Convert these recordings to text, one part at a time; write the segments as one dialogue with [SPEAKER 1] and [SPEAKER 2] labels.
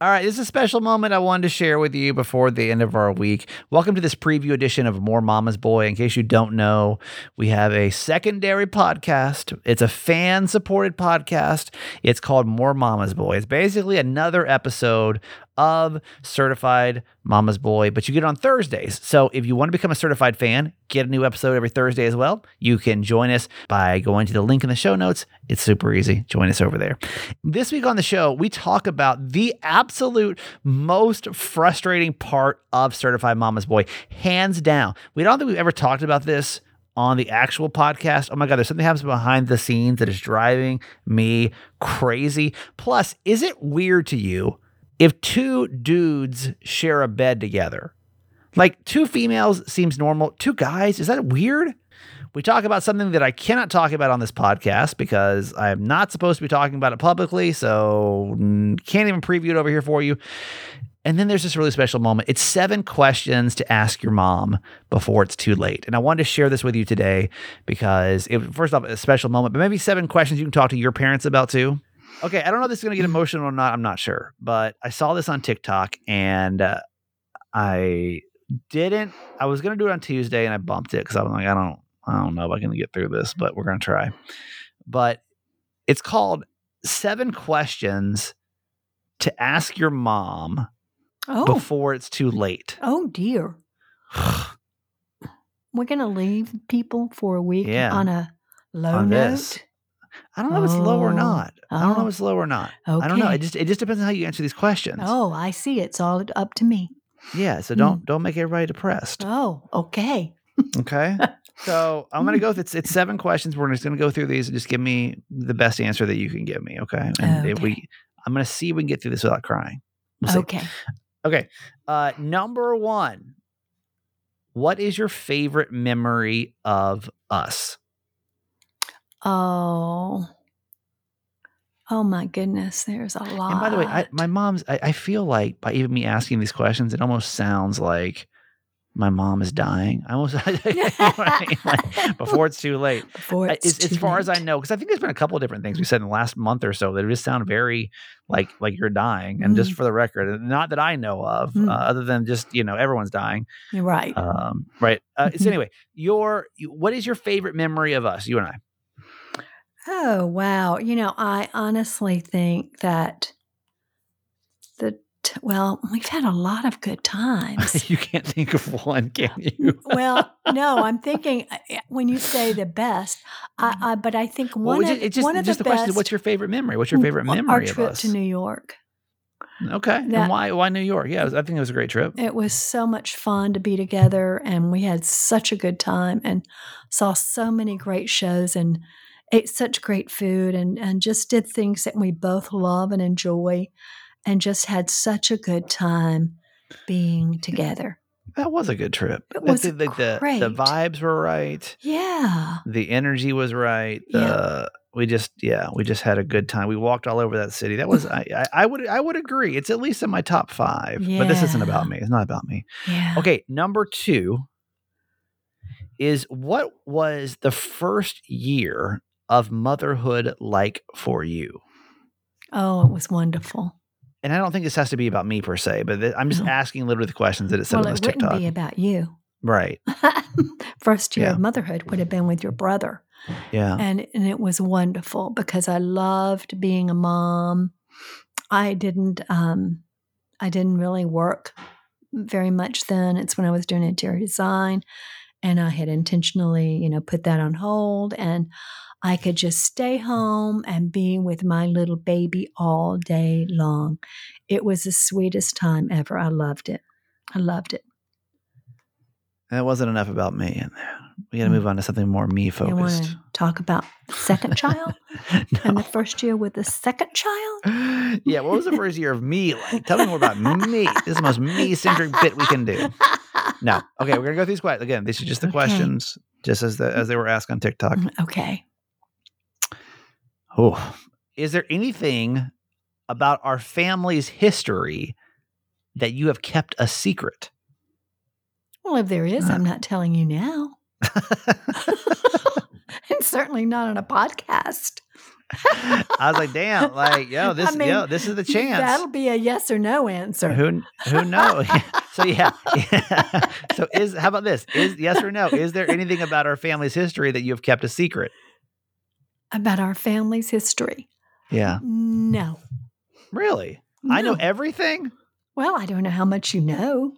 [SPEAKER 1] All right, this is a special moment I wanted to share with you before the end of our week. Welcome to this preview edition of More Mama's Boy. In case you don't know, we have a secondary podcast. It's a fan supported podcast. It's called More Mama's Boy. It's basically another episode of Certified Mama's Boy, but you get it on Thursdays. So if you want to become a certified fan, get a new episode every Thursday as well. You can join us by going to the link in the show notes. It's super easy. Join us over there. This week on the show, we talk about the absolute most frustrating part of Certified Mama's Boy, hands down. We don't think we've ever talked about this on the actual podcast. Oh my God, there's something happens behind the scenes that is driving me crazy. Plus, is it weird to you if two dudes share a bed together? Like two females seems normal. Two guys, is that weird? We talk about something that I cannot talk about on this podcast because I am not supposed to be talking about it publicly. So mm, can't even preview it over here for you. And then there's this really special moment. It's seven questions to ask your mom before it's too late. And I wanted to share this with you today because it, first off, a special moment, but maybe seven questions you can talk to your parents about too. Okay, I don't know if this is going to get emotional or not. I'm not sure, but I saw this on TikTok and uh, I didn't. I was going to do it on Tuesday and I bumped it because I was like, I don't, I don't know if I can get through
[SPEAKER 2] Mm-hmm.
[SPEAKER 1] this, but we're going to try. But it's called Seven Questions to Ask Your Mom
[SPEAKER 2] Oh,
[SPEAKER 1] Before It's Too Late.
[SPEAKER 2] oh dear. We're gonna leave people for a week
[SPEAKER 1] Yeah.
[SPEAKER 2] on a low
[SPEAKER 1] On
[SPEAKER 2] note.
[SPEAKER 1] this. I don't know if it's low or
[SPEAKER 2] Oh.
[SPEAKER 1] not. I don't know
[SPEAKER 2] Oh.
[SPEAKER 1] if it's low or not.
[SPEAKER 2] Okay.
[SPEAKER 1] I don't know. It just it just depends on how you answer these questions.
[SPEAKER 2] oh, Mm. I see. It's all up to me.
[SPEAKER 1] Yeah. So don't don't make everybody depressed.
[SPEAKER 2] Oh, okay.
[SPEAKER 1] Okay. So I'm gonna go. Th- it's it's seven questions. We're just gonna go through these and just give me the best answer that you can give me. Okay. And if
[SPEAKER 2] Okay.
[SPEAKER 1] we, I'm gonna see if we can get through this without crying. We'll see.
[SPEAKER 2] okay.
[SPEAKER 1] Okay. Uh, number one. What is your favorite memory of us?
[SPEAKER 2] Oh. Oh my goodness. There's a lot.
[SPEAKER 1] And by the way, I, my mom's, I, I feel like by even me asking these questions, it almost sounds like my mom is dying. I almost, you know what I mean? Like, before it's too late.
[SPEAKER 2] Before
[SPEAKER 1] I-
[SPEAKER 2] it's
[SPEAKER 1] as, as
[SPEAKER 2] too
[SPEAKER 1] far as I
[SPEAKER 2] late.
[SPEAKER 1] know, because I think there's been a couple of different things we said in the last month or so that just sound very like like you're dying. And just for the record, not that I know of,
[SPEAKER 2] Mm.
[SPEAKER 1] uh, other than just you know everyone's dying.
[SPEAKER 2] You're right.
[SPEAKER 1] Um, right. Uh, so
[SPEAKER 2] Mhm.
[SPEAKER 1] anyway, your you- what is your favorite memory of us, you and I?
[SPEAKER 2] Oh, wow. You know, I honestly think that the, t- well, we've had a lot of
[SPEAKER 1] Oh,
[SPEAKER 2] good times.
[SPEAKER 1] you can't think of one, can you?
[SPEAKER 2] well, no, I'm thinking uh, uh, when you say the best, I, I but I think
[SPEAKER 1] Mm-hmm. Well,
[SPEAKER 2] one
[SPEAKER 1] it's
[SPEAKER 2] of,
[SPEAKER 1] ju- it's just,
[SPEAKER 2] one of
[SPEAKER 1] just
[SPEAKER 2] the,
[SPEAKER 1] the, question is
[SPEAKER 2] best
[SPEAKER 1] what's your favorite memory? What's your favorite
[SPEAKER 2] w-
[SPEAKER 1] memory
[SPEAKER 2] Our
[SPEAKER 1] of
[SPEAKER 2] trip
[SPEAKER 1] us?
[SPEAKER 2] to New York.
[SPEAKER 1] okay. and
[SPEAKER 2] that-
[SPEAKER 1] why why New York? Yeah, it was- I think it was a great trip.
[SPEAKER 2] It was so much fun to be together, and we had such a good time, and saw so many great shows, and ate such great food, and and just did things that we both love and enjoy, and just had such a good time being together.
[SPEAKER 1] That was a good trip.
[SPEAKER 2] It
[SPEAKER 1] The-
[SPEAKER 2] was
[SPEAKER 1] the, the, the- the
[SPEAKER 2] great.
[SPEAKER 1] vibes were right.
[SPEAKER 2] Yeah.
[SPEAKER 1] The energy was right.
[SPEAKER 2] Yeah.
[SPEAKER 1] Uh, we just yeah, we just had a good time. We walked all over that city. That was I I, I would I would agree. It's at least in my top five. But this isn't about
[SPEAKER 2] Yeah.
[SPEAKER 1] me. It's not about me.
[SPEAKER 2] Yeah.
[SPEAKER 1] Okay, number two is what was the first year of motherhood like for you?
[SPEAKER 2] Oh, it was wonderful.
[SPEAKER 1] And I don't think this has to be about me per se, but th- I'm just
[SPEAKER 2] No.
[SPEAKER 1] asking literally the questions that it said
[SPEAKER 2] Well,
[SPEAKER 1] on this
[SPEAKER 2] it wouldn't
[SPEAKER 1] TikTok.
[SPEAKER 2] be about you.
[SPEAKER 1] right.
[SPEAKER 2] First year
[SPEAKER 1] Yeah.
[SPEAKER 2] of motherhood would have been with your brother.
[SPEAKER 1] Yeah.
[SPEAKER 2] and and it was wonderful because I loved being a mom. I didn't um, I didn't really work very much then. It's when I was doing interior design, and I had intentionally you know put that on hold, and I could just stay home and be with my little baby all day long. It was the sweetest time ever. I loved it. I loved it.
[SPEAKER 1] that wasn't enough about me in there. We got to
[SPEAKER 2] Mm.
[SPEAKER 1] move on to something more me
[SPEAKER 2] You want
[SPEAKER 1] focused.
[SPEAKER 2] to talk about the second child and the
[SPEAKER 1] no.
[SPEAKER 2] first year with the second child?
[SPEAKER 1] yeah. What was the first year of me like? Tell me more about me. This is the most me centric bit we can do. No. Okay, we're gonna go through these questions again. These are just the
[SPEAKER 2] Okay.
[SPEAKER 1] questions, just as the as they were asked on TikTok.
[SPEAKER 2] Okay.
[SPEAKER 1] Oh, is there anything about our family's history that you have kept a secret?
[SPEAKER 2] Well, if there is,
[SPEAKER 1] Uh.
[SPEAKER 2] I'm not telling you now. and certainly not on a podcast.
[SPEAKER 1] I was like, damn, like, yo, this,
[SPEAKER 2] mean,
[SPEAKER 1] yo, this is the chance.
[SPEAKER 2] That'll be a yes or no answer.
[SPEAKER 1] Who, who knows? so yeah. so is how about this? Is yes or no? Is there anything about our family's history that you have kept a secret?
[SPEAKER 2] About our family's history.
[SPEAKER 1] Yeah,
[SPEAKER 2] No.
[SPEAKER 1] really. I know
[SPEAKER 2] No.
[SPEAKER 1] everything.
[SPEAKER 2] Well, I don't know how much you know.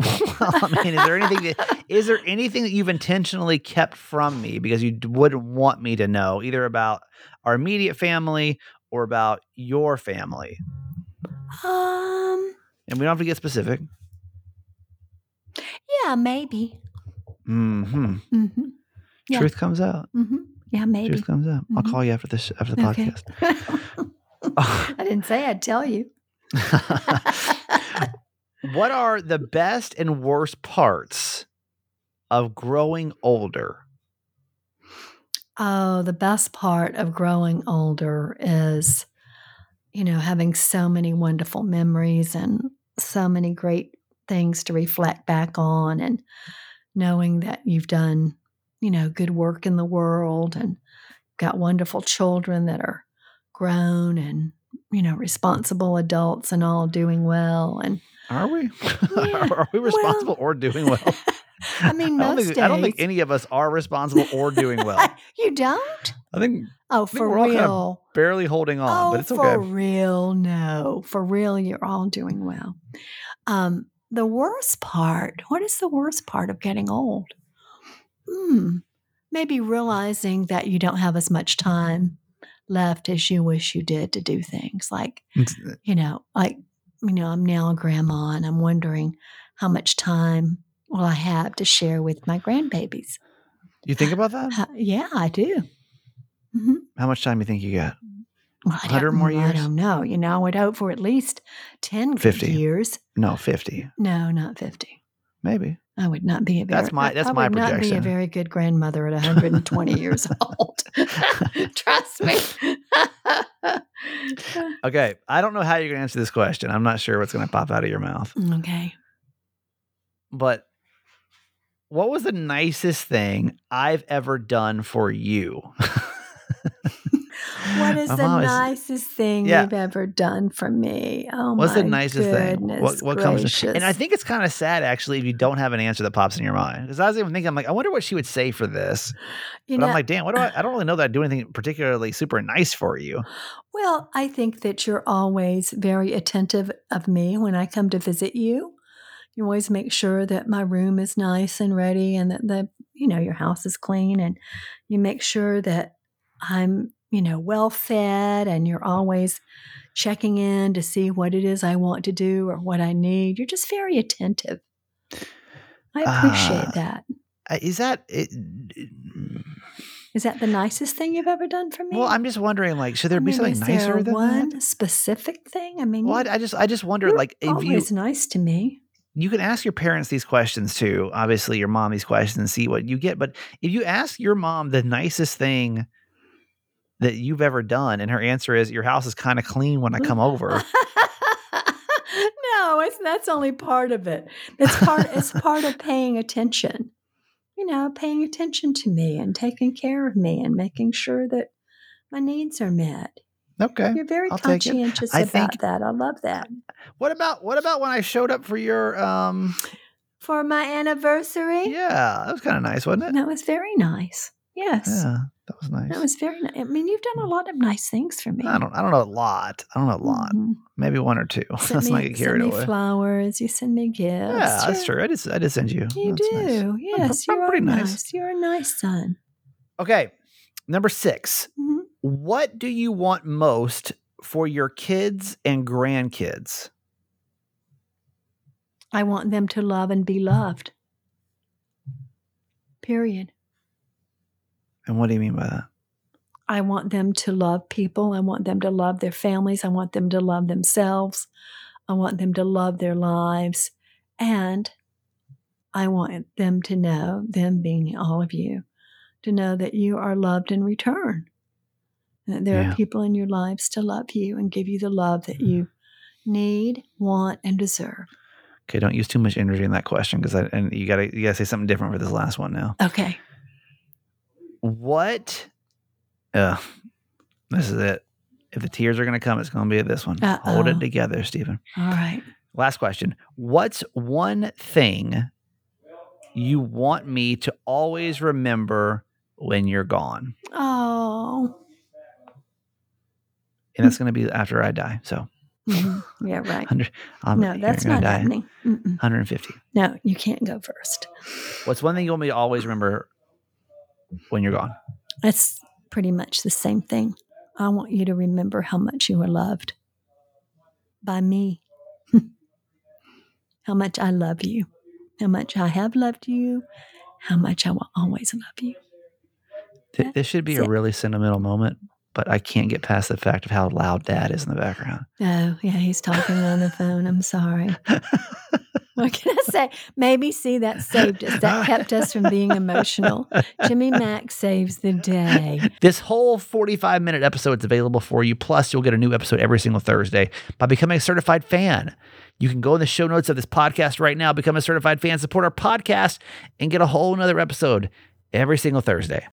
[SPEAKER 1] well, I mean, Oh, is there anything that is there anything that you've intentionally kept from me because you d- wouldn't want me to know either about our immediate family or about your family?
[SPEAKER 2] Um,
[SPEAKER 1] And we don't have to get specific.
[SPEAKER 2] yeah, maybe.
[SPEAKER 1] hmm
[SPEAKER 2] hmm Yeah.
[SPEAKER 1] Truth comes out.
[SPEAKER 2] hmm Yeah, maybe.
[SPEAKER 1] Truth comes out. I'll
[SPEAKER 2] Mhm.
[SPEAKER 1] call you after this after the
[SPEAKER 2] Okay.
[SPEAKER 1] podcast.
[SPEAKER 2] I didn't say I'd tell you.
[SPEAKER 1] what are the best and worst parts of growing older?
[SPEAKER 2] Oh, the best part of growing older is, you know, having so many wonderful memories and so many great things to reflect back on, and knowing that you've done, you know, good work in the world and got wonderful children that are grown and, you know, responsible adults and all doing well. And
[SPEAKER 1] Are we?
[SPEAKER 2] Yeah,
[SPEAKER 1] are we responsible or doing well?
[SPEAKER 2] I mean,
[SPEAKER 1] I don't,
[SPEAKER 2] most
[SPEAKER 1] think, I don't think
[SPEAKER 2] days-
[SPEAKER 1] any of us are responsible or doing well.
[SPEAKER 2] you don't?
[SPEAKER 1] I think
[SPEAKER 2] Oh,
[SPEAKER 1] think
[SPEAKER 2] for
[SPEAKER 1] we're all
[SPEAKER 2] real.
[SPEAKER 1] kind of barely holding on,
[SPEAKER 2] oh,
[SPEAKER 1] but it's
[SPEAKER 2] for
[SPEAKER 1] okay.
[SPEAKER 2] real, no. For real, you're all doing well. Um, the worst part, what is the worst part of getting old? Hmm. Maybe realizing that you don't have as much time left as you wish you did to do things like,
[SPEAKER 1] It's-
[SPEAKER 2] you know, like, you know, I'm now a grandma and I'm wondering how much time will I have to share with my grandbabies?
[SPEAKER 1] You think about that?
[SPEAKER 2] Uh, yeah, I do. hmm
[SPEAKER 1] How much time you think you got?
[SPEAKER 2] Well, I
[SPEAKER 1] 100
[SPEAKER 2] don't-
[SPEAKER 1] more
[SPEAKER 2] I
[SPEAKER 1] years?
[SPEAKER 2] don't know. You know, I would hope for at least 10 good
[SPEAKER 1] 50.
[SPEAKER 2] years.
[SPEAKER 1] No, fifty,
[SPEAKER 2] No, not 50.
[SPEAKER 1] maybe.
[SPEAKER 2] I would not be a very,
[SPEAKER 1] That's my- that's
[SPEAKER 2] I
[SPEAKER 1] my
[SPEAKER 2] would not be a
[SPEAKER 1] projection.
[SPEAKER 2] very good grandmother at 120 years old. Trust me.
[SPEAKER 1] Okay, I don't know how you're gonna answer this question. I'm not sure what's gonna pop out of your mouth,
[SPEAKER 2] okay.
[SPEAKER 1] but what was the nicest thing I've ever done for you?
[SPEAKER 2] What is
[SPEAKER 1] My
[SPEAKER 2] the
[SPEAKER 1] mom
[SPEAKER 2] nicest thing
[SPEAKER 1] Yeah.
[SPEAKER 2] you've ever done for me? Oh,
[SPEAKER 1] What's
[SPEAKER 2] my
[SPEAKER 1] the nicest thing?
[SPEAKER 2] goodness
[SPEAKER 1] What, what comes?
[SPEAKER 2] gracious.
[SPEAKER 1] And I think it's kind of sad, actually, if you don't have an answer that pops in your mind. Because I was even thinking, I'm like, I wonder what she would say for this.
[SPEAKER 2] you
[SPEAKER 1] but I'm like, damn, what do I? I don't really know that I do anything particularly super nice for you.
[SPEAKER 2] Well, I think that you're always very attentive of me when I come to visit you. You always make sure that my room is nice and ready and that the you know your house is clean and you make sure that I'm, you know, well fed and you're always checking in to see what it is I want to do or what I need. You're just very attentive. I appreciate
[SPEAKER 1] Ah.
[SPEAKER 2] that.
[SPEAKER 1] Uh, Is that? It,
[SPEAKER 2] Is that the nicest thing you've ever done for me?
[SPEAKER 1] well, I'm just wondering, like, should there
[SPEAKER 2] I
[SPEAKER 1] be
[SPEAKER 2] mean,
[SPEAKER 1] something
[SPEAKER 2] is
[SPEAKER 1] nicer
[SPEAKER 2] there
[SPEAKER 1] than
[SPEAKER 2] one
[SPEAKER 1] that?
[SPEAKER 2] specific thing? I mean,
[SPEAKER 1] Well,
[SPEAKER 2] you-
[SPEAKER 1] I, I just, I just wonder,
[SPEAKER 2] You're
[SPEAKER 1] like, if you
[SPEAKER 2] always nice to me.
[SPEAKER 1] you can ask your parents these questions too. Obviously, your mom these questions and see what you get. But if you ask your mom the nicest thing that you've ever done, and her answer is, "Your house is kind of clean when I come over."
[SPEAKER 2] no, it's, that's only part of it. It's part. it's part of paying attention. You know, paying attention to me and taking care of me and making sure that my needs are met.
[SPEAKER 1] Okay.
[SPEAKER 2] You're very
[SPEAKER 1] I'll take it.
[SPEAKER 2] conscientious
[SPEAKER 1] I
[SPEAKER 2] about
[SPEAKER 1] think-
[SPEAKER 2] that. I love that.
[SPEAKER 1] What about what about when I showed up for your? um
[SPEAKER 2] For my anniversary,
[SPEAKER 1] Yeah, that was kind of nice, wasn't it?
[SPEAKER 2] that was very nice. Yes,
[SPEAKER 1] Yeah, that was nice.
[SPEAKER 2] that was very nice. I mean, you've done a lot of nice things for me.
[SPEAKER 1] I don't. I don't know a lot. I don't know a lot.
[SPEAKER 2] Mhm.
[SPEAKER 1] Maybe one or two.
[SPEAKER 2] Sent
[SPEAKER 1] Let's not
[SPEAKER 2] me-
[SPEAKER 1] get
[SPEAKER 2] sent
[SPEAKER 1] carried
[SPEAKER 2] me
[SPEAKER 1] away.
[SPEAKER 2] Flowers. You send me gifts.
[SPEAKER 1] yeah,
[SPEAKER 2] You're-
[SPEAKER 1] that's true. I did. I did send you. Oh,
[SPEAKER 2] You
[SPEAKER 1] That's nice.
[SPEAKER 2] do. Yes,
[SPEAKER 1] I'm
[SPEAKER 2] you are
[SPEAKER 1] pretty nice.
[SPEAKER 2] nice. You're a nice son.
[SPEAKER 1] Okay, number six.
[SPEAKER 2] Mhm.
[SPEAKER 1] What do you want most for your kids and grandkids?
[SPEAKER 2] I want them to love and
[SPEAKER 1] Mm-hmm.
[SPEAKER 2] be loved. Period.
[SPEAKER 1] And what do you mean by that?
[SPEAKER 2] I want them to love people. I want them to love their families. I want them to love themselves. I want them to love their lives. And I want them to know, them being all of you, to know that you are loved in return. And that there
[SPEAKER 1] Yeah. Mm-hmm.
[SPEAKER 2] are people in your lives to love you and give you the love that you need, want, and deserve.
[SPEAKER 1] Okay, don't use too much energy in that question because I and you gotta you gotta say something different for this last one now.
[SPEAKER 2] Okay.
[SPEAKER 1] What? Uh, this is it. If the tears are gonna come, it's gonna be this one. Hold
[SPEAKER 2] Uh-oh.
[SPEAKER 1] it together, Stephen.
[SPEAKER 2] All right.
[SPEAKER 1] Last question. What's one thing you want me to always remember when you're gone?
[SPEAKER 2] Oh.
[SPEAKER 1] And that's gonna be after I die. So
[SPEAKER 2] Mhm. Yeah, right.
[SPEAKER 1] I'm
[SPEAKER 2] no, that's
[SPEAKER 1] you're gonna
[SPEAKER 2] not
[SPEAKER 1] die.
[SPEAKER 2] happening. Mm-mm.
[SPEAKER 1] 150.
[SPEAKER 2] No, you can't go first.
[SPEAKER 1] What's one thing you want me to always remember when you're gone?
[SPEAKER 2] It's pretty much the same thing. I want you to remember how much you were loved by me, how much I love you, how much I have loved you, how much I will always love you.
[SPEAKER 1] Th- this should be
[SPEAKER 2] That's
[SPEAKER 1] a
[SPEAKER 2] it.
[SPEAKER 1] really sentimental moment, but I can't get past the fact of how loud dad is in the background.
[SPEAKER 2] Oh, yeah, he's talking on the phone. I'm sorry. What can I say? Maybe, see, that saved us. That kept us from being emotional. Jimmy Mack saves the day.
[SPEAKER 1] This whole 45 minute episode is available for you. Plus, you'll get a new episode every single Thursday by becoming a certified fan. You can go in the show notes of this podcast right now, become a certified fan, support our podcast, and get a whole nother episode every single Thursday.